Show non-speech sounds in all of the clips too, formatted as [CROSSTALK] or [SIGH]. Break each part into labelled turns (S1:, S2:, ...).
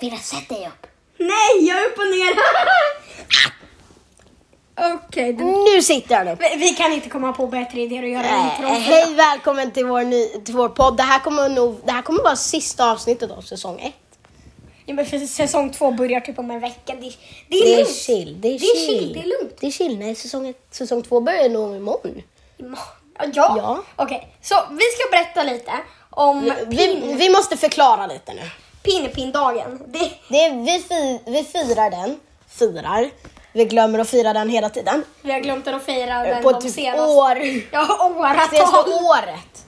S1: Frida, sätt dig upp.
S2: Nej, jag är upp och ner. [LAUGHS] Okej, det-
S3: Nu sitter han upp.
S2: vi, vi kan inte komma på bättre idéer att göra
S3: Eh,
S2: intron.
S3: hej välkommen till vår, ny, till vår podd. Det här kommer, nog, det här kommer vara sista avsnittet av säsong ett.
S2: Ja, men för säsong två börjar typ om en vecka. Det, det
S3: Det
S2: är
S3: är
S2: lugnt.
S3: chill. Det är
S2: Det är
S3: chill.
S2: chill, det är lugnt.
S3: Det är chill. Nej, säsong, ett, säsong två börjar nog imorgon.
S2: Ja, ja.
S3: Ja.
S2: okej. Så vi ska berätta lite om
S3: Vi, vi måste förklara lite nu.
S2: pinnepindagen. Det,
S3: Det är, vi, fi, vi firar den. Firar. Vi glömmer att fira den hela tiden.
S2: vi har glömt att fira den
S3: På
S2: de
S3: typ
S2: senaste...
S3: år.
S2: Ja,
S3: Senaste
S2: åratal.
S3: året.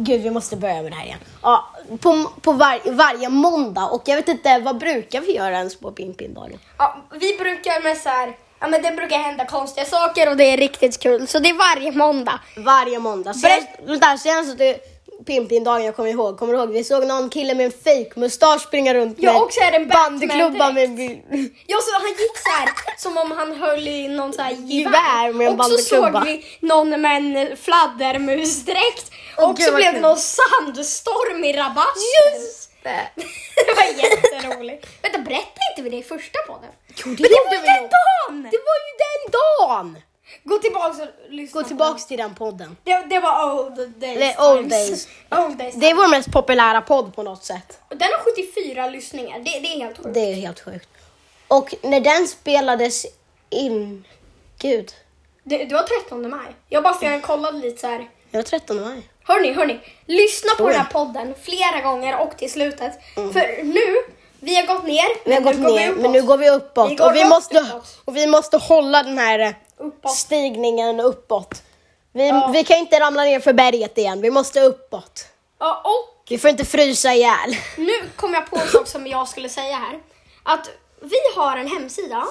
S3: Gud, vi måste börja med det här igen. Ja, på på var, varje måndag. Och jag vet inte, vad brukar vi göra ens på Pimpindagen?
S2: Ja, vi brukar med så här... Ja, men det brukar hända konstiga saker och det är riktigt kul. Så det är varje måndag.
S3: Varje måndag. Senast, vänta, senast det Pimpindagen jag kommer ihåg. Kommer du ihåg? Vi såg någon kille med en fake mustasch springa runt
S2: Ja,
S3: med
S2: och så är det en
S3: bandyklubba
S2: Batman-dräkt.
S3: med bil-
S2: Ja, så han gick så här som om han höll i någon så här gevär.
S3: Gevär med en
S2: och så såg
S3: bandyklubba.
S2: vi någon med en fladdermusdräkt.
S3: Åh,
S2: och
S3: gud,
S2: så
S3: vad
S2: blev det
S3: kul.
S2: någon sandstorm i rabatten. Just det! [LAUGHS] det var jätteroligt. Vänta, berättade inte vi det i första podden?
S3: Jo, det
S2: Men det
S3: gjorde
S2: var ju
S3: vi
S2: den
S3: nog.
S2: dagen!
S3: Det var ju den dagen!
S2: Gå tillbaka och lyssna.
S3: Gå
S2: på
S3: tillbaks till den podden.
S2: den. Det, det var old days.
S3: Det är old
S2: times.
S3: days.
S2: old days.
S3: Det är vår mest populära podd på något sätt.
S2: Och Den har 74 lyssningar. Det, det är helt sjukt.
S3: Det är helt sjukt. Och när den spelades in... Gud,
S2: Det, det var 13 maj. Jag bara sen kollade lite så här.
S3: jag var 13 maj.
S2: Hörni, hörni. Lyssna på
S3: Oj. Mm.
S2: den här podden flera gånger och till slutet. För nu, vi har gått ner.
S3: Vi har
S2: men
S3: gått
S2: nu går
S3: ner,
S2: uppåt.
S3: men nu går vi uppåt.
S2: Vi går
S3: och, vi
S2: rakt
S3: måste,
S2: uppåt.
S3: och vi måste hålla den här eh,
S2: Uppåt.
S3: stigningen uppåt. Vi,
S2: Ja.
S3: vi kan inte ramla ner för berget igen, vi måste uppåt.
S2: Ja, och
S3: Vi får inte frysa ihjäl.
S2: nu kom jag på en sak som jag skulle säga här. Att vi har en hemsida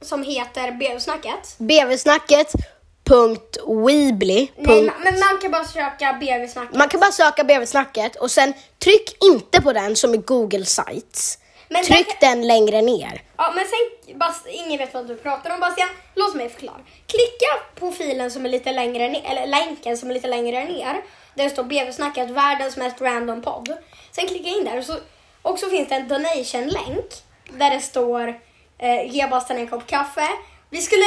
S2: som heter BU-snacket.
S3: bvsnacket.weebly.
S2: Nej, ma- men man kan bara söka BU-snacket.
S3: Man kan bara söka bvsnacket och sen tryck inte på den som i Google Sites.
S2: Men
S3: Tryck den längre ner.
S2: Ja, men sen, Bas, ingen vet vad du pratar om Bastian, låt mig förklara. Klicka på filen som är lite längre ner, eller länken som är lite längre ner. Där det står BV-snacket, världens mest random podd. Sen klicka in där och så, och så finns det en donation-länk där det står eh, ge Bastian en kopp kaffe. Vi skulle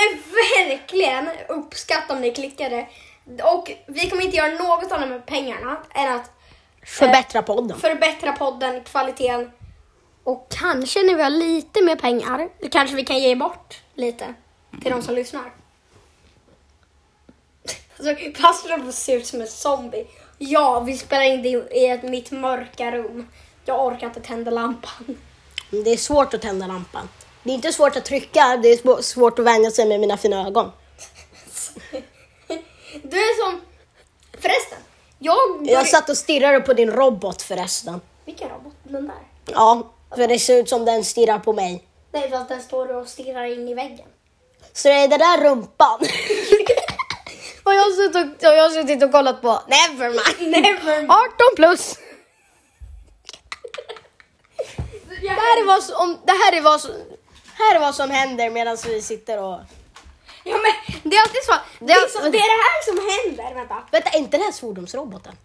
S2: verkligen uppskatta om ni klickade. Och vi kommer inte göra något annat med pengarna än att
S3: Förbättra podden.
S2: förbättra podden, kvaliteten och kanske när vi har lite mer pengar kanske vi kan ge bort lite till de som lyssnar. Alltså, pastorn ser ut som en zombie. Ja, vi spelar in det i ett, mitt mörka rum. Jag orkar inte tända lampan. Eh.
S3: Det är svårt att tända lampan. Det är inte svårt att trycka, det är svå- svårt att vänja sig med mina fina ögon.
S2: Du är som... Förresten, jag... började-
S3: Jag satt och stirrade på din robot förresten.
S2: Vilken robot? Den där?
S3: Ja, för det ser ut som den stirrar på mig.
S2: Nej, fast den står och stirrar in i [LAUGHS] väggen.
S3: Så det är den där rumpan. [LAUGHS] och jag har suttit och, jag har suttit och kollat på Nevermind. [LAUGHS]
S2: Nevermind.
S3: 18 plus.
S2: Jag-
S3: Det här är vad som, det här är vad som, här är vad som händer medan vi sitter och...
S2: Ja, men det är alltid så. Det är, alltså- så, Liksom, det är det här som händer. Vänta.
S3: Vänta, är inte det här svordomsroboten?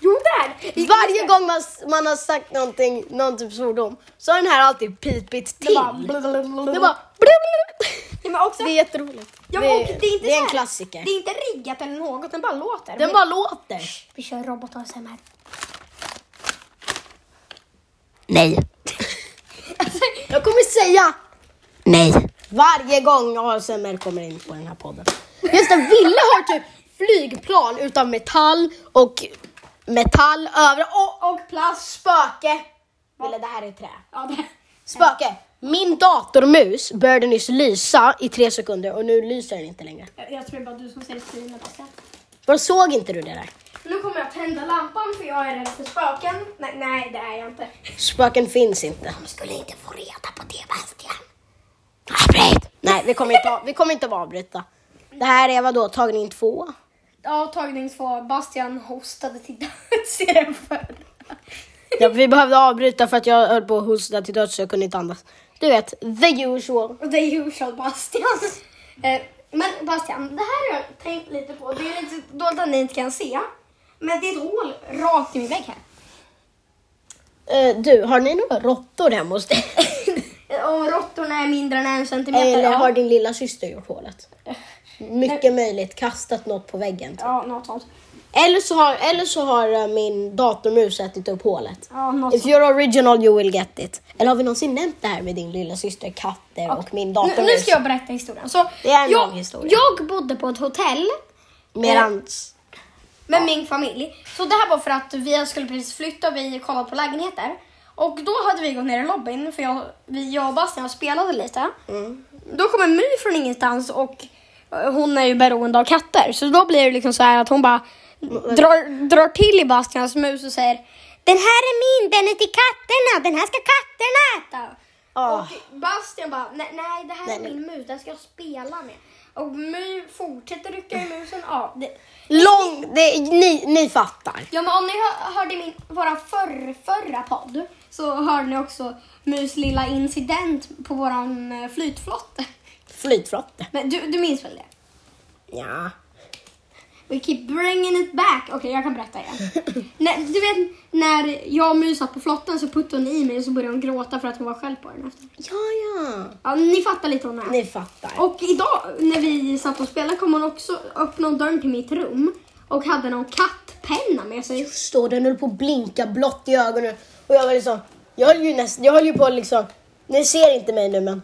S2: Jo, där!
S3: Varje gång man, man har sagt någonting, någon typ svordom så har den här alltid pipit till.
S2: Det bara...
S3: Det
S2: Det
S3: är
S2: bara... [LAUGHS]
S3: bara... blablabla.
S2: Ja, men också,
S3: Det är jätteroligt.
S2: ja, men,
S3: det,
S2: och det är inte
S3: det är
S2: så
S3: en
S2: här-
S3: klassiker.
S2: Det är inte riggat eller något, den bara låter.
S3: Den
S2: Men-
S3: bara låter.
S2: Vi kör robot-ASMR.
S1: Nej,
S2: Alltså,
S3: Jag kommer säga
S1: nej.
S3: varje gång ASMR kommer in på den här podden. Just det, Ville har typ flygplan utav metall och metall över och, och plast. Spöke. Ville, det här är trä.
S2: [LAUGHS] ja, det...
S3: Spöke. Min datormus började nyss lysa i tre sekunder och nu lyser den inte längre.
S2: jag, jag tror det är bara du som ser streamen. Bastian.
S3: Var såg inte du det där?
S2: Nu kommer jag tända lampan för jag är rädd för spöken. Nej, nej, det är jag inte.
S3: Spöken finns inte.
S1: De skulle inte få reda på det, Bastian. Alfred!
S3: Nej, vi kommer inte, av- vi kommer inte att avbryta. Det här är vadå, tagning två?
S2: Ja, tagning två. Bastian hostade till döds i den förra.
S3: Ja, vi behövde avbryta för att jag höll på att hosta till döds så jag kunde inte andas. Du vet, the usual.
S2: Och det är usual
S3: [LAUGHS]
S2: Bastian. Eh, men Bastian, det här har jag tänkt lite på. Det är lite dåligt att ni inte kan se. Men det är ett hål rakt i min vägg här.
S3: Eh, du, har ni några råttor hemma hos dig?
S2: Om Eh, råttorna är mindre än en centimeter.
S3: Eller
S2: [LAUGHS] ja.
S3: har din lilla syster gjort hålet? Mycket möjligt kastat något på väggen.
S2: Ja, något sånt.
S3: Eller så har, eller så har eh, min datormus ätit upp hålet.
S2: Ja, något
S3: If
S2: sånt.
S3: you're original you will get it. Eller har vi någonsin nämnt det här med din lilla syster, katter och min datormus?
S2: Nu, nu ska jag berätta historien. Så
S3: Det är en
S2: jag,
S3: lång historia.
S2: jag bodde på ett hotell
S3: Medans...
S2: med min familj. Så det här var för att vi skulle precis flytta och vi kollade på lägenheter. Och då hade vi gått ner i lobbyn för jag, vi, jag och Bastian spelade lite.
S3: Mm.
S2: Då kommer My från ingenstans och eh, hon är ju beroende av katter. Så då blir det liksom så här att hon bara
S3: Mm.
S2: drar, drar till i Bastians mus och säger Den här är min, den är till katterna, den här ska katterna äta.
S3: Ah.
S2: Och Bastian bara, nej, nej det här
S3: Nej,
S2: är
S3: nej.
S2: min mus, den ska jag spela med. Och My fortsätter rycka i musen. Ja, det,
S3: Lång... Det, ni, ni fattar.
S2: Ja men om ni hör, hörde min, våra förr, förra podd så hörde ni också Mus lilla incident på våran eh, flytflotte.
S3: Flytflotte.
S2: Men du, du minns väl det?
S3: Ja.
S2: We keep bringing it back. Okej, jag kan berätta igen. när, du vet när jag och Mus satt på flotten så puttade hon i mig och så började hon gråta för att hon var själv på den efter.
S3: Ja, ja.
S2: Ja, ni fattar lite hon är.
S3: Ni fattar.
S2: Och idag när vi satt och spelade kom hon också öppna dörren till mitt rum och hade någon kattpenna med sig.
S3: Stå, den höll på att blinka blått i ögonen. Och jag var liksom, jag höll ju nästan, jag höll ju på att liksom, ni ser inte mig nu men.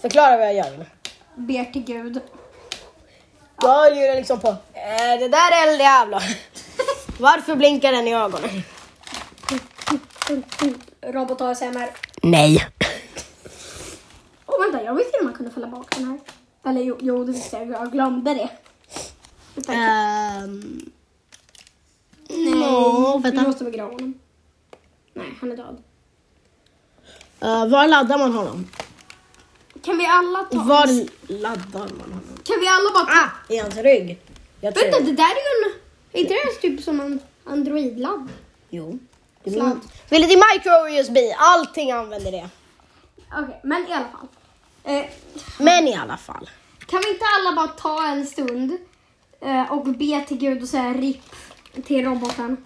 S3: Förklara vad jag gör nu.
S2: Ber till Gud.
S3: Jag höll ju liksom på, eh, det där är eld [LAUGHS] Varför blinkar den i ögonen?
S2: Robot ASMR.
S3: Nej.
S2: Åh vänta, jag visste inte man kunde fälla bak den här. Eller jo, jo det visste jag, jag glömde det. Tack.
S3: Ehm,
S2: Nej,
S3: nå, vänta.
S2: vi måste begrava honom. Nej, han är död.
S3: eh, var laddar man honom?
S2: Kan vi alla ta...
S3: Var laddar man honom?
S2: Kan vi alla bara ta...
S3: Ah, i hans rygg. Jag tror.
S2: vänta, det där är ju en... Är inte det typ som en Android-ladd?
S3: Jo.
S2: Sladd.
S3: Vill det micro-USB? Allting använder det.
S2: Okej, men i alla fall. Eh,
S3: Men i alla fall.
S2: kan vi inte alla bara ta en stund eh, och be till Gud och säga RIP till roboten?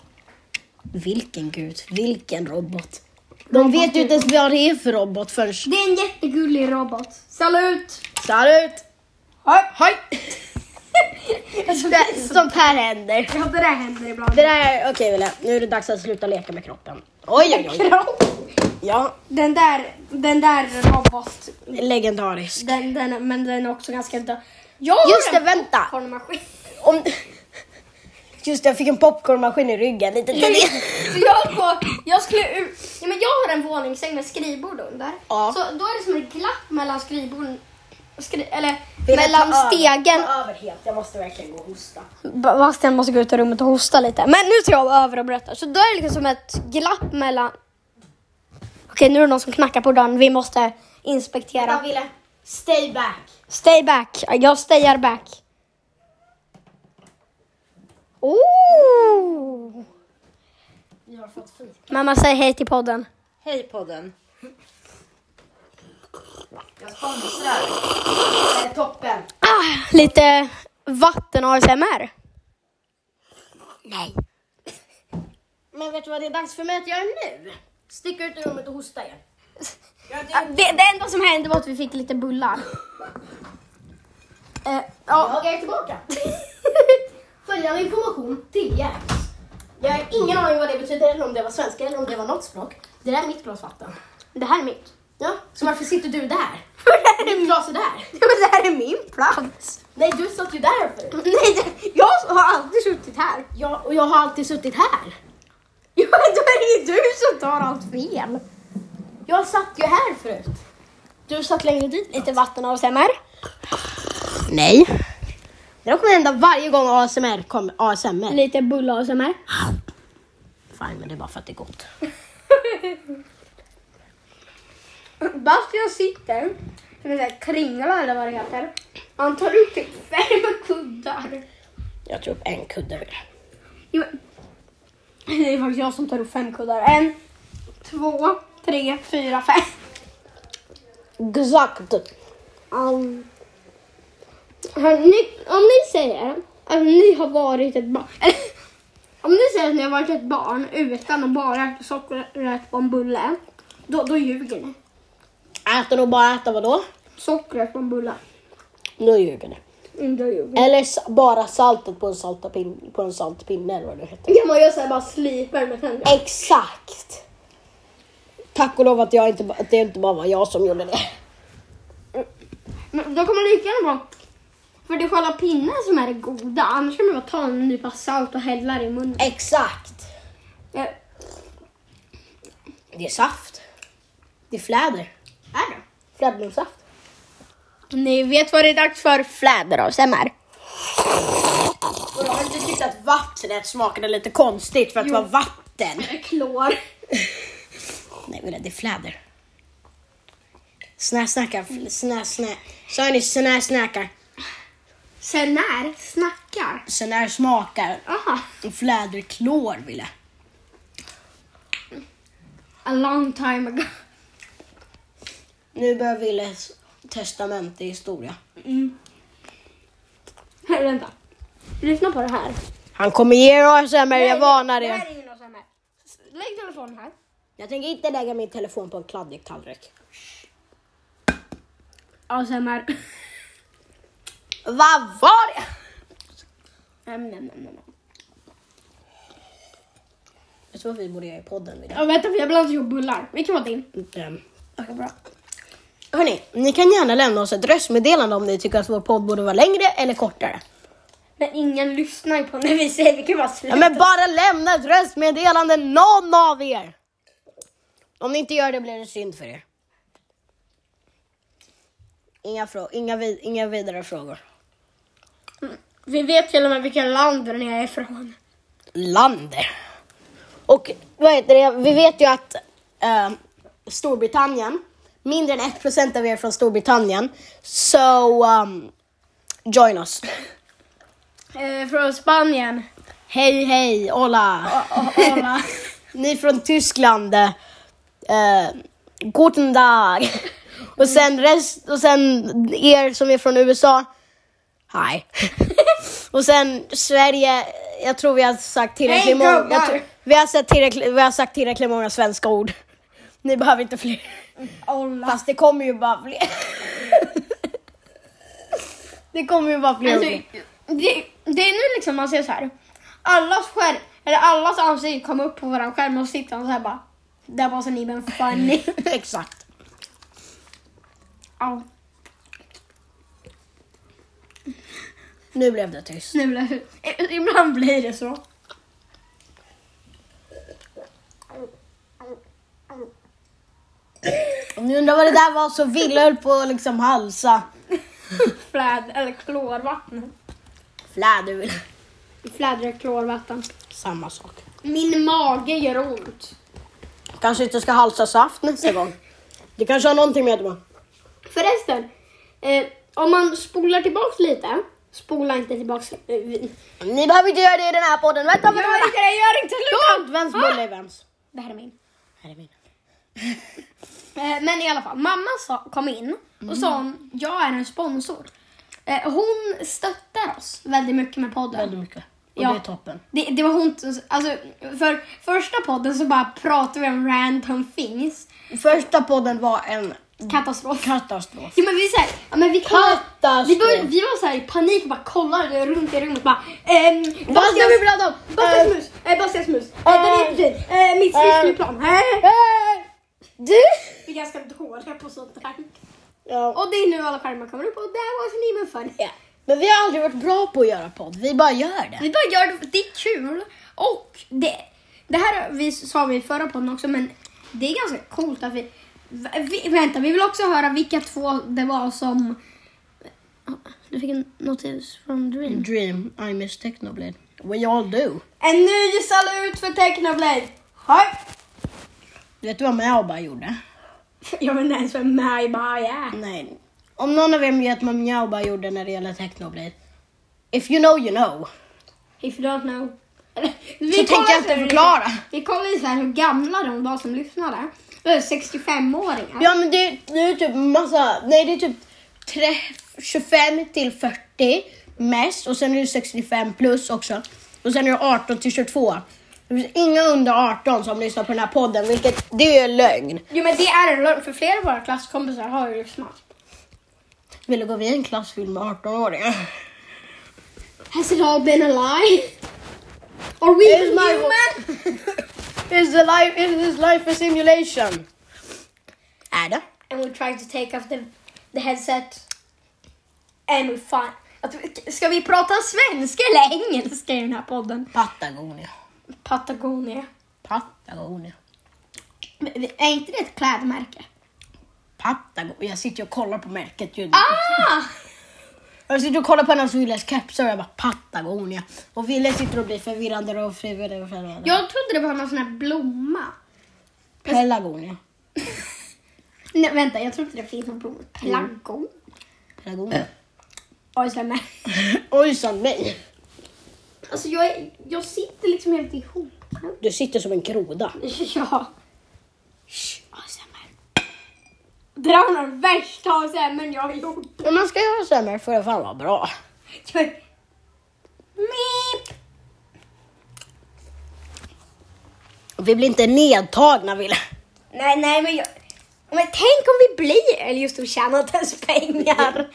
S3: Vilken gud, vilken robot. De vet ju inte ens vad det är för robot förrän...
S2: Det är en jättegullig robot. [LAUGHS] Salut!
S3: Salut!
S2: Hej!
S3: Hej! Det- Sånt här händer.
S2: Ja, det där händer ibland.
S3: Det där är... Okej Wille, nu är det dags att sluta leka med kroppen. Oj, oj, oj. Ja,
S2: Den där, den där robot,
S3: legendarisk.
S2: den, den, men den är också ganska död. Jag har
S3: Just det,
S2: en
S3: vänta!
S2: popcornmaskin. [LAUGHS]
S3: Om... Just det, jag fick en popcornmaskin i ryggen. Lite tidigt.
S2: Så jag höll på, jag skulle ut, ja, men jag har en våningssäng med skrivbord under.
S3: Ja.
S2: Så då är det som ett glapp mellan skrivborden, skri, eller
S3: Wille,
S2: mellan
S3: ta över.
S2: stegen.
S3: Ta över helt, jag måste verkligen gå och hosta.
S2: Bastian måste gå ut ur rummet och hosta lite. Men nu ska jag över och berätta. Så då är det liksom ett glapp mellan... Okej, nu är det någon som knackar på dörren. Vi måste inspektera.
S3: Vänta Wille, stay back.
S2: Stay back. Jag stayar back. Oh!
S3: Vi har fått fika.
S2: Mamma säger hej till podden.
S4: Hej podden. Jag sponsrar.
S3: Det är toppen.
S2: Ah, lite vatten ASMR. Nej.
S3: Men vet du vad det är dags för mig att göra nu? Sticka ut ur rummet och hosta igen.
S2: Ah, Det, det enda som hände var att vi fick lite bullar. Eh, [LAUGHS] ja.
S3: Jag är tillbaka. Följande information tillgärs. Jag har ingen aning vad det betyder eller om det var svenska eller om det var något språk. Det där är mitt glas vatten.
S2: Det här är mitt. [LAUGHS]
S3: Ja, så varför sitter du där? Mitt glas är där.
S2: Ja, men det här är min plats.
S3: Nej, du satt ju där förut.
S2: Nej, det- [LAUGHS] jag har alltid suttit här.
S3: Ja, och jag har alltid suttit här.
S2: Ja, men då är det ju du som tar allt fel.
S3: Jag satt ju här förut.
S2: Du satt längre dit. Lite vatten ASMR.
S3: Nej. Det där kommer hända varje gång ASMR kommer. ASMR.
S2: Lite bull ASMR.
S3: Fine, men det är bara för att det är gott.
S2: Bastian sitter som en sån här kringla eller vad det heter. Han tar upp typ fem kuddar.
S3: Jag tror upp en kudde vill.
S2: Jo, men- Det är faktiskt jag som tar upp fem kuddar. En, två, tre, fyra, fem.
S3: Exakt.
S2: Um, hör ni, om ni säger att ni har varit ett barn. [LAUGHS] Eller, Om ni säger att ni har varit ett barn utan att bara äta sockret på en bulle, då, då ljuger ni.
S3: Äter och bara äta vadå?
S2: Sockret på en bulle.
S3: Nu ljuger ni.
S2: Mm, då ljuger ni.
S3: Eller s- bara saltet på en, salta pin- på en salt pinne eller vad det heter.
S2: Ja, man gör såhär bara slipar med tänderna.
S3: Exakt! Tack och lov att, jag inte, ba- att det inte bara var jag som gjorde det.
S2: Men då kommer det lika gärna vara... För det är själva pinnen som är det goda. Annars kan man bara ta en nypa salt och hälla det i munnen.
S3: Exakt!
S2: Eh,
S3: Det är saft. Det är fläder.
S2: är det?
S3: Flädermussaft.
S2: Ni vet vad det är dags för fläderavsemmar.
S3: Och jag har inte tyckt att vattnet smakade lite konstigt för att det var vatten.
S2: Klor.
S3: Nej, men det är fläder. Snäsnackar, snäsnä... Så hör ni snäsnackar.
S2: Sen när snackar.
S3: Sen är smakar.
S2: Aha.
S3: Och fläderklor, Ville.
S2: A long time ago. [LAUGHS]
S3: Nu börjar Villes testamente i historia.
S2: Här, vänta. Lyssna på det här.
S3: Han kommer ge er ASMR, jag varnar
S2: Det här
S3: er.
S2: är ingen ASMR. Lägg telefonen här.
S3: Jag tänker inte lägga min telefon på en kladdig tallrik.
S2: [LAUGHS] ASMR.
S3: Vad var det?
S2: Nej, nej, nej, nej.
S3: Jag tror att vi borde göra i podden, Ville.
S2: Ja, vänta, för jag blandar ihop bullar. Vilken var din?
S3: Ehm,
S2: Okej, bra.
S3: Hörni, ni kan gärna lämna oss ett röstmeddelande om ni tycker att vår podd borde vara längre eller kortare.
S2: Men ingen lyssnar ju på när vi säger vilken var slut.
S3: Ja, men bara lämna ett röstmeddelande någon av er. Om ni inte gör det blir det synd för er. Inga, frå- inga, vid- inga vidare frågor.
S2: Vi vet till och med vilken land den är ifrån.
S3: Lander. Och vad heter det? Vi vet ju att eh, Storbritannien, mindre än 1% av er från Storbritannien, so um, join us.
S2: Eh, från Spanien.
S3: Hej hej, hola.
S2: [LAUGHS] Hola.
S3: Ni från Tyskland. eh, Eh, guten
S2: [LAUGHS]
S3: Tag. Och sen, rest, och sen er som är från USA.
S2: [LAUGHS]
S3: Hi. och sen Sverige. Jag tror vi har sagt
S2: Hej,
S3: tillräckligt många.
S2: gubbar.
S3: Jag tror, vi, har sagt tillräckligt, vi har sagt tillräckligt många svenska ord. [LAUGHS] Ni behöver inte fler.
S2: Hola.
S3: Fast det kommer ju bara fler. [LAUGHS] det kommer ju bara fler.
S2: Alltså,
S3: ord.
S2: det, det är nu liksom man ser så här. Allas skärm, eller allas ansikte kommer upp på våran skärm och sitter man så här bara. That wasn't even funny.
S3: Exakt.
S2: [LAUGHS] Ja,
S3: Nu blev det tyst.
S2: nu blir det- Ibland blir det så.
S3: Om ni undrar vad det där var så Ville höll på att liksom halsa.
S2: Fläd, eller klorvatten.
S3: Fläder Ville.
S2: Fläder och klorvatten.
S3: Samma sak.
S2: Min mage gör ont.
S3: Kanske inte ska halsa saft nästa [LAUGHS] gång. Det kanske har någonting med det va?
S2: Förresten, eh, om man spolar tillbaks lite. Spola inte tillbaks. Eh, vi-
S3: Ni behöver inte göra det i den här podden. Vänta, vänta,
S2: gör inte
S3: vänta.
S2: det, gör inte det! Ah!
S3: Lugnt, vems bulle är vems?
S2: Det här är min.
S3: Här är min.
S2: Eh, Men i alla fall, mamma sa, kom in och sa hon, jag är en sponsor. Eh, Hon stöttar oss väldigt mycket med
S3: Väldigt
S2: podden.
S3: mycket. Och
S2: Ja.
S3: det är toppen.
S2: Det, det var hon som- alltså, för första podden så bara pratade vi om random things.
S3: Första podden var en
S2: Mm. Katastrof.
S3: katastrof.
S2: Ja, men vi, så här, ja, men vi, kollade-
S3: Katastrof.
S2: vi, började, vi var så här i panik och bara kollade runt i rummet. Bara, ehm,
S3: Vad
S2: Bastians-
S3: ska vi prata om? ehm,
S2: Bastians
S3: Eh,
S2: mus, eh, Bastians mus, eh, den är fin, eh, mitt
S3: ehm,
S2: stridsflygplan. Eh.
S3: Du?
S2: Vi är ganska dåliga på sånt här.
S3: Ja.
S2: Och det är nu alla skärmar kommer upp och där var sin even fun.
S3: ja. Men vi har aldrig varit bra på att göra podd. Vi bara gör det.
S2: Vi bara gör det, för det är kul. Och det, det här vi, sa vi i förra podden också, men det är ganska coolt att vi, vi... Vänta, vi vill också höra vilka två det var som... Du fick en notis från Dream.
S3: Dream, I miss Technoblade. We all do.
S2: En ny salut för Technoblade! Hej! [LAUGHS]
S3: Vet du vad Mjau bara gjorde?
S2: Jag vet inte ens vem Mary bara är.
S3: Nej. Om någon av er vet vad Mjau bara gjorde när det gäller Technoblade. If you know you know.
S2: If you don't know. [LAUGHS]
S3: Så
S2: Vi
S3: tänker jag inte förklara.
S2: Vi kollade ju så här hur gamla de var som lyssnade. Det var 65-åringar.
S3: Ja men det, det är typ massa, nej det är typ tre- 25 till 40 mest och sen är det 65 plus också. Och sen är det 18 till 22. Det finns inga under 18 som lyssnar på den här podden, vilket det är lögn.
S2: Jo men det är en lögn för flera av våra klasskompisar har ju liksom haft.
S3: Vill du gå vid en klass fylld med 18-åringar?
S2: Has it all been a lie? Are we
S3: Here's my
S2: human?
S3: Is, the life, is this life a simulation? Är det?
S2: And we try to take off the, the headset. And we find... Att- Ska vi prata svenska eller engelska i den här podden?
S3: Patagonia.
S2: Patagonia.
S3: Patagonia.
S2: Men- men Är inte det ett klädmärke?
S3: Patagonia. Jag sitter ju och kollar på märket ju.
S2: Ah!
S3: Jag sitter och Alltså, kollar på hennes Willes kepsar och jag bara Patagonia. Och Wille sitter och blir förvirrande och förvirrande. förvirrande.
S2: Jag trodde det var någon sån här blomma.
S3: Pelagonia.
S2: Nej vänta, jag tror inte det finns någon blomma. Pelargon?
S3: Pelagonia. [CLEARS THROAT]
S2: Oj, så med.
S3: Ojsan mig.
S2: Alltså jag, är- jag sitter liksom helt ihop.
S3: Du sitter som en groda.
S2: [LAUGHS] Ja. Shh, ASMR. Det där var den värsta ASMR jag har gjort.
S3: Om man ska göra ASMR får det fan vara bra.
S2: Jag är... Meep!
S3: Vi blir inte nedtagna Wille.
S2: Nej, nej, men jag... Men tänk om vi blir, eller just om tjänat ens pengar.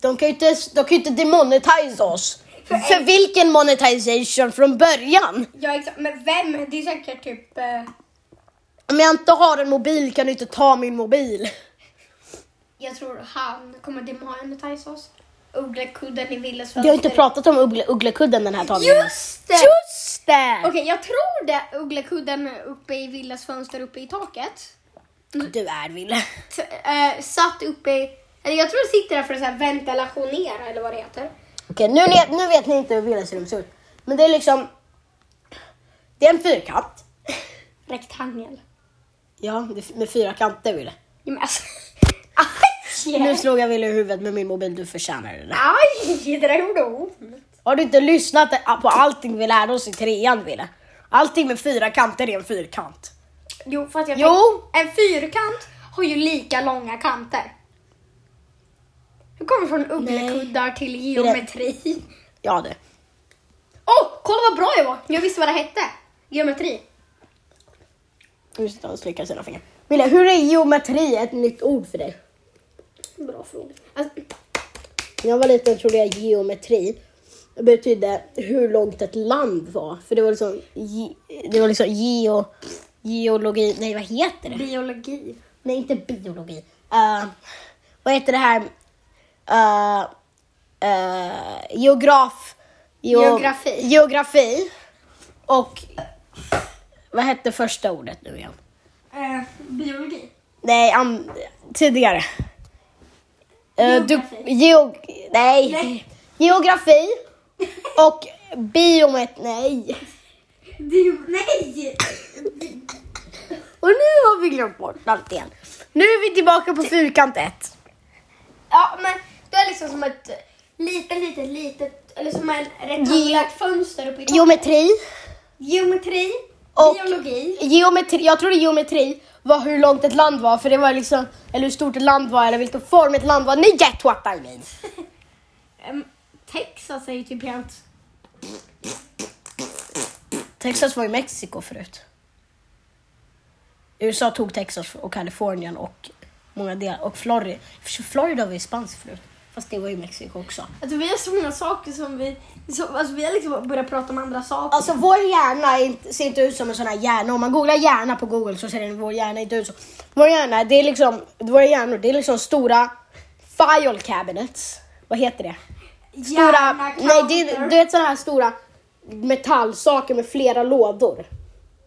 S3: De kan ju inte, de kan ju inte demonetize oss. För, vilken monetization från början?
S2: Ja, exakt. Men vem? Det är säkert typ... eh,
S3: Om jag inte har en mobil kan du inte ta min mobil.
S2: jag tror han kommer demonetisa oss. Ugglekudden i Willes fönster.
S3: Vi har inte pratat om Uggle, Ugglekudden den här tagningen.
S2: Just det!
S3: Just det!
S2: Okej, jag tror det. Ugglekudden uppe i Villas fönster uppe i taket.
S3: Du är Wille.
S2: T- eh, satt uppe i... Eller jag tror det sitter där för att så här ventilationera eller vad det heter.
S3: Okej, nu, ne- nu vet ni inte hur Willes rum ser ut. Men det är liksom... Det är en fyrkant.
S2: Rektangel.
S3: Ja, det är med fyra kanter Wille.
S2: Ja, men alltså... [LAUGHS]
S3: Nu
S2: Aj!
S3: slog jag Wille i huvudet med min mobil, du förtjänar det. där.
S2: Aj! Det där gjorde ont.
S3: Har du inte lyssnat på allting vi lärde oss i trean Wille? Allting med fyra kanter är en fyrkant.
S2: Jo, för att jag
S3: Jo.
S2: tänkte- En fyrkant har ju lika långa kanter. Du kommer från ugglekuddar till geometri.
S3: Ja du.
S2: Åh, oh, kolla vad bra jag var! Jag visste vad det hette. Geometri.
S3: Nu sitter han och slickar sina fingrar. Wille, hur är geometri ett nytt ord för dig?
S2: Bra fråga. Alltså,
S3: När jag var liten trodde jag geometri betydde hur långt ett land var. För det var liksom, ge, det var liksom geo, geologi, nej vad heter det?
S2: biologi.
S3: Nej inte biologi. Eh, vad heter det här? Eh, eh, geograf. geo-
S2: Geografi.
S3: Geografi. Och vad hette första ordet nu igen?
S2: Eh, [LAUGHS] biologi.
S3: Nej, an- tidigare. Eh, du,
S2: Geografi.
S3: geog, nej.
S2: Nej.
S3: Geografi och biomet, nej.
S2: Du, nej! [LAUGHS]
S3: Och nu har vi glömt bort allt igen. Nu är vi tillbaka på fyrkant 1.
S2: Ja, men det är liksom som ett litet, litet, litet, eller som en rektangulärt fönster uppe i taket.
S3: Geometri.
S2: Geometri,
S3: Och-
S2: biologi.
S3: geometri. Jag trodde geometri var hur långt ett land var, för det var liksom, eller hur stort ett land var, eller vilken form ett land var. Ni get what I mean.
S2: Em, Texas är ju typ helt...
S3: Texas var ju Mexiko förut. USA tog Texas och Kalifornien och många delar. Och Florida. Florida var ju spanskt förut. Fast det var ju Mexiko också.
S2: Alltså vi har så många saker som vi... Som, alltså vi har liksom börjat prata om andra saker.
S3: Alltså vår hjärna är inte, ser inte ut som en sån här hjärna. Om man googlar hjärna på google så ser den vår hjärna inte ut så. Vår hjärna, det är liksom, våra hjärnor, det är liksom stora file cabinets. Vad heter det? Stora, nej det, är- du vet sådana här stora metallsaker med flera lådor.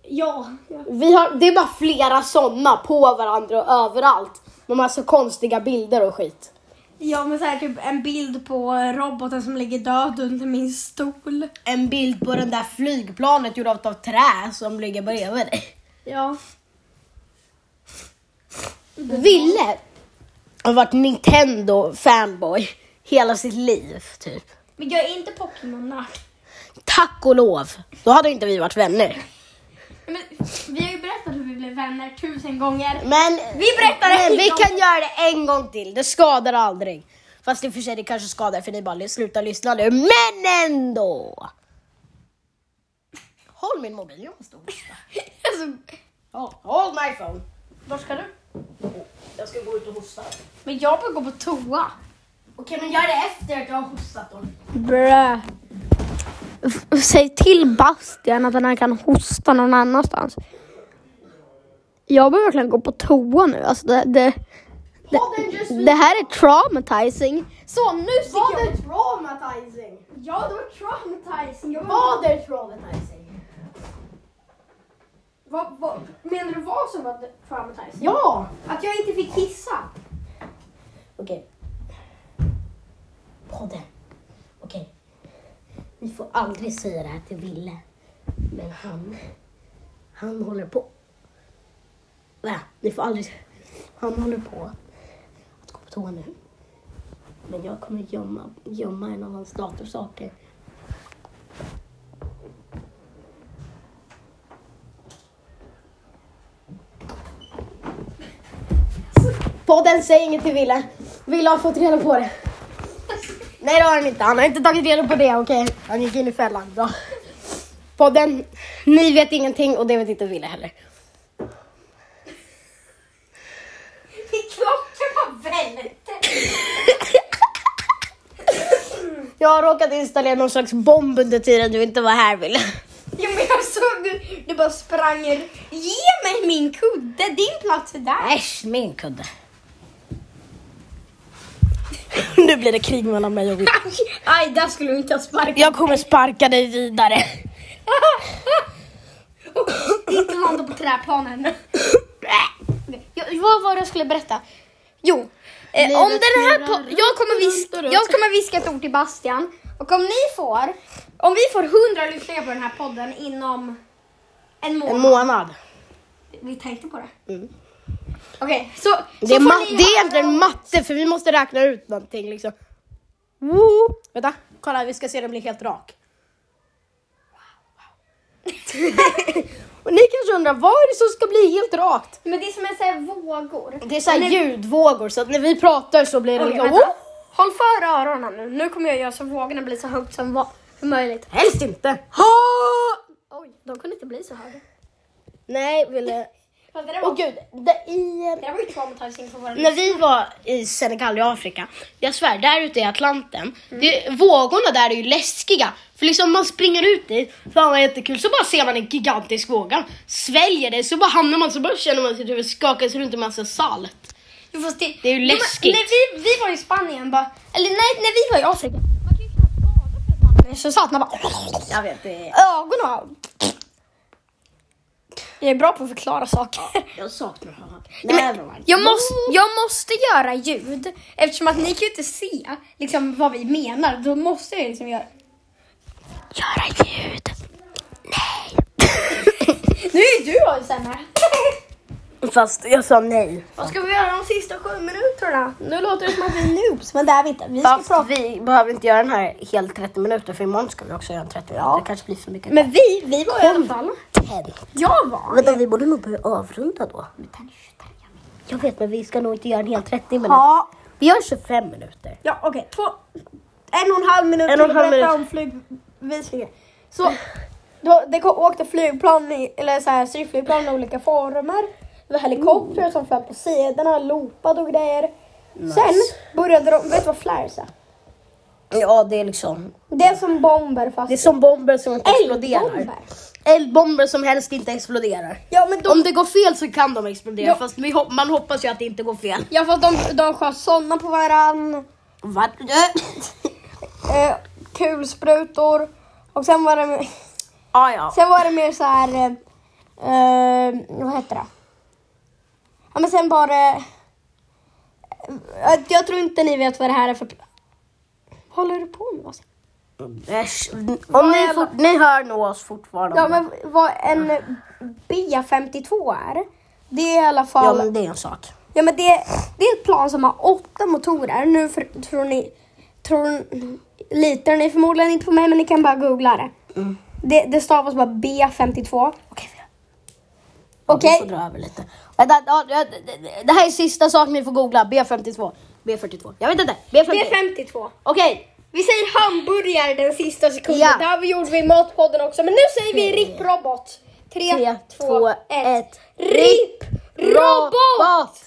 S2: Ja. ja.
S3: Vi har, det är bara flera sådana på varandra och överallt. Med massa konstiga bilder och skit.
S2: Ja, men så här typ en bild på roboten som ligger död under min stol.
S3: En bild på den där flygplanet gjord av trä som ligger bredvid dig.
S2: Ja.
S3: Ville har varit Nintendo-fanboy hela sitt liv, typ.
S2: Men jag är inte Pokémon-nörd.
S3: Tack och lov, då hade inte vi varit vänner.
S2: Men Vi har ju berättat hur vi blev vänner tusen gånger. [LAUGHS]
S3: Men
S2: Vi berättar det
S3: men
S2: en
S3: vi
S2: gång.
S3: kan göra det en gång till, det skadar aldrig. Fast i och för sig, det kanske skadar för ni bara slutar lyssna nu. Men ändå! Håll min mobil, jag måste hosta.
S2: Alltså,
S3: Ja, Håll my phone. Vart ska du? Jag ska gå ut och hosta.
S2: men jag bara gå på toa.
S3: Okej, men gör det efter att jag har hostat. Då.
S2: Brö. Säg till Bastian att han kan hosta någon annanstans. Jag behöver verkligen gå på toa nu. Alltså det, det,
S3: Podden just
S2: det här är traumatizing. Så nu sticker
S3: Vad
S2: jag.
S3: är traumatizing?
S2: Ja, det var traumatizing. Jag
S3: Vad är traumatizing?
S2: vad, vad, menar du vad som var traumatizing?
S3: Ja!
S2: Att jag inte fick kissa? [LAUGHS]
S3: Okej. Podden. Okej. Vi får aldrig säga det här till Ville. Men han... Han håller på... Va? Ni får aldrig... Han håller på att gå på toa nu. Men jag kommer gömma, gömma en av hans datorsaker. Podden, säg inget till Ville. Ville har fått reda på det. Nej det har han inte. Han har inte tagit reda på det. Okej, han gick in i fällan. Bra. Podden, ni vet ingenting och det vet inte Ville heller.
S2: Min klocka bara välte.
S3: Jag har råkat installera någon slags bomb under tiden du inte var här Ville.
S2: Ja, men jag såg du, du bara sprang. ur. Ge mig min kudde. Din plats är där. [LAUGHS]
S3: Äsch, min kudde. [LAUGHS] Nu blir det krig mellan mig och Ville.
S2: Aj, där skulle du inte ha sparkat.
S3: Jag kommer sparka dig vidare.
S2: [LAUGHS] inte landa på träplanen. jag, vad var det jag skulle berätta? Jo, eh, om den här po- jag, kommer viska, jag kommer viska ett ord till Bastian. Och om ni får, om vi får 100 lyssningar på den här podden inom en
S3: En
S2: månad.
S3: månad.
S2: Vi tänkte på det. Okej, så,
S3: Mm. Det är,
S2: så
S3: ma- det är
S2: höra-
S3: egentligen matte för vi måste räkna ut någonting liksom. Woo! Vänta, kolla vi ska se den bli helt [LAUGHS] rak. Och ni kanske undrar vad är det som ska bli helt rakt?
S2: Men det är som en sån här vågor.
S3: Det är så här ljudvågor så att när vi pratar så blir det
S2: Okej,
S3: liksom
S2: vänta.
S3: oh!
S2: Håll för öronen nu. Nu kommer jag göra så vågorna blir så högt som va- som möjligt.
S3: Helst inte. Ha!
S2: Oj, de kunde inte bli så höga.
S3: Nej, ville...
S2: Fast Det där var,
S3: Åh gud, det, i,
S2: det där var ju traumatizing för våra
S3: när vi var i Senegal i Afrika, jag svär, där ute i Atlanten, det, vågorna där är ju läskiga. För liksom man springer ut dit, fan vad jättekul, så bara ser man en gigantisk våga, sväljer det, så bara hamnar man, så bara känner man sitt huvud skakas runt en massa salt.
S2: Jo, fast det,
S3: Det är ju
S2: Jo, men
S3: läskigt.
S2: När vi, vi var i Spanien bara, eller nej, när vi var i Afrika. Man kan ju knappt bada för att man är så saltna bara.
S3: Jag vet, det
S2: Ögonen bara. Jag är bra på att förklara saker.
S3: Jag saknar honom.
S2: Nej, men [LAUGHS] jag, måste, jag måste göra ljud eftersom att ni kan ju inte se liksom, vad vi menar. Då måste jag liksom göra... Göra ljud. Nej. nu är du sämre.
S3: Fast jag sa nej.
S2: [LAUGHS] vad ska vi göra de sista sju minuterna? Nu låter det som att vi är noobs, men det är vi inte. Vi ska prata.
S3: vi behöver inte göra den här helt 30 minuter, för imorgon ska vi också göra en 30 minuter. Det kanske blir för mycket.
S2: Men vi, vi var i alla fall. Jag var.
S3: Vänta, vi borde nog börja avrunda då. Jag vet, men vi ska nog inte göra en hel 30 minuter.
S2: Ja,
S3: Vi gör 25 minuter.
S2: ja okej. Två, en och en halv minut
S3: En och en halv
S2: till
S3: minut.
S2: att berätta om flygvisningen. Så då, det kom, åkte flygplan, i, eller så här styrflygplan i olika former. Det var helikoptrar som flög på sidorna, lopade och grejer. Sen började de, vet du vad flares är?
S3: Ja, det är liksom...
S2: Det är som bomber fast
S3: Det är som bomber som inte exploderar.
S2: eldbomber.
S3: Eldbomber som helst inte exploderar.
S2: Ja men de,
S3: Om det går fel så kan de explodera,
S2: Ja.
S3: fast vi hop- man hoppas ju att det inte går fel.
S2: ja, fast de, de sköt sådana på varann.
S3: Vad?
S2: Eh, kulsprutor. Och sen var det
S3: ah, [LAUGHS] ja.
S2: [LAUGHS] Sen var det mer så här... Eh, eh, vad heter det? Ja, men sen var det... eh, Jag tror inte ni vet vad det här är för... Håller du på med? Bastian?
S3: Äsch. Om ni, fort- ni hör nog oss fortfarande.
S2: Ja, men vad en B52 är. Det är i alla
S3: ja,
S2: fall...
S3: men det är en sak.
S2: Ja, men det, det är ett plan som har åtta motorer. Nu för, tror ni... Tror, litar ni förmodligen inte på mig, men ni kan bara googla det.
S3: Mm.
S2: Det, det stavas bara B52.
S3: Okej, vi-
S2: Okej?
S3: vi får dra över lite. Vänta, ja, ja, det- det- det här är sista saken ni får googla. B52. B42. Jag vet inte. B52.
S2: B52.
S3: Okej,
S2: Vi säger hamburgare den sista sekunden.
S3: Ja.
S2: Det här gjorde vi i Matpodden också. Men nu säger vi RIP-robot.
S3: Tre,
S2: 3, 2,
S3: två,
S2: 1.
S3: ett.
S2: RIP-robot!
S3: Robot!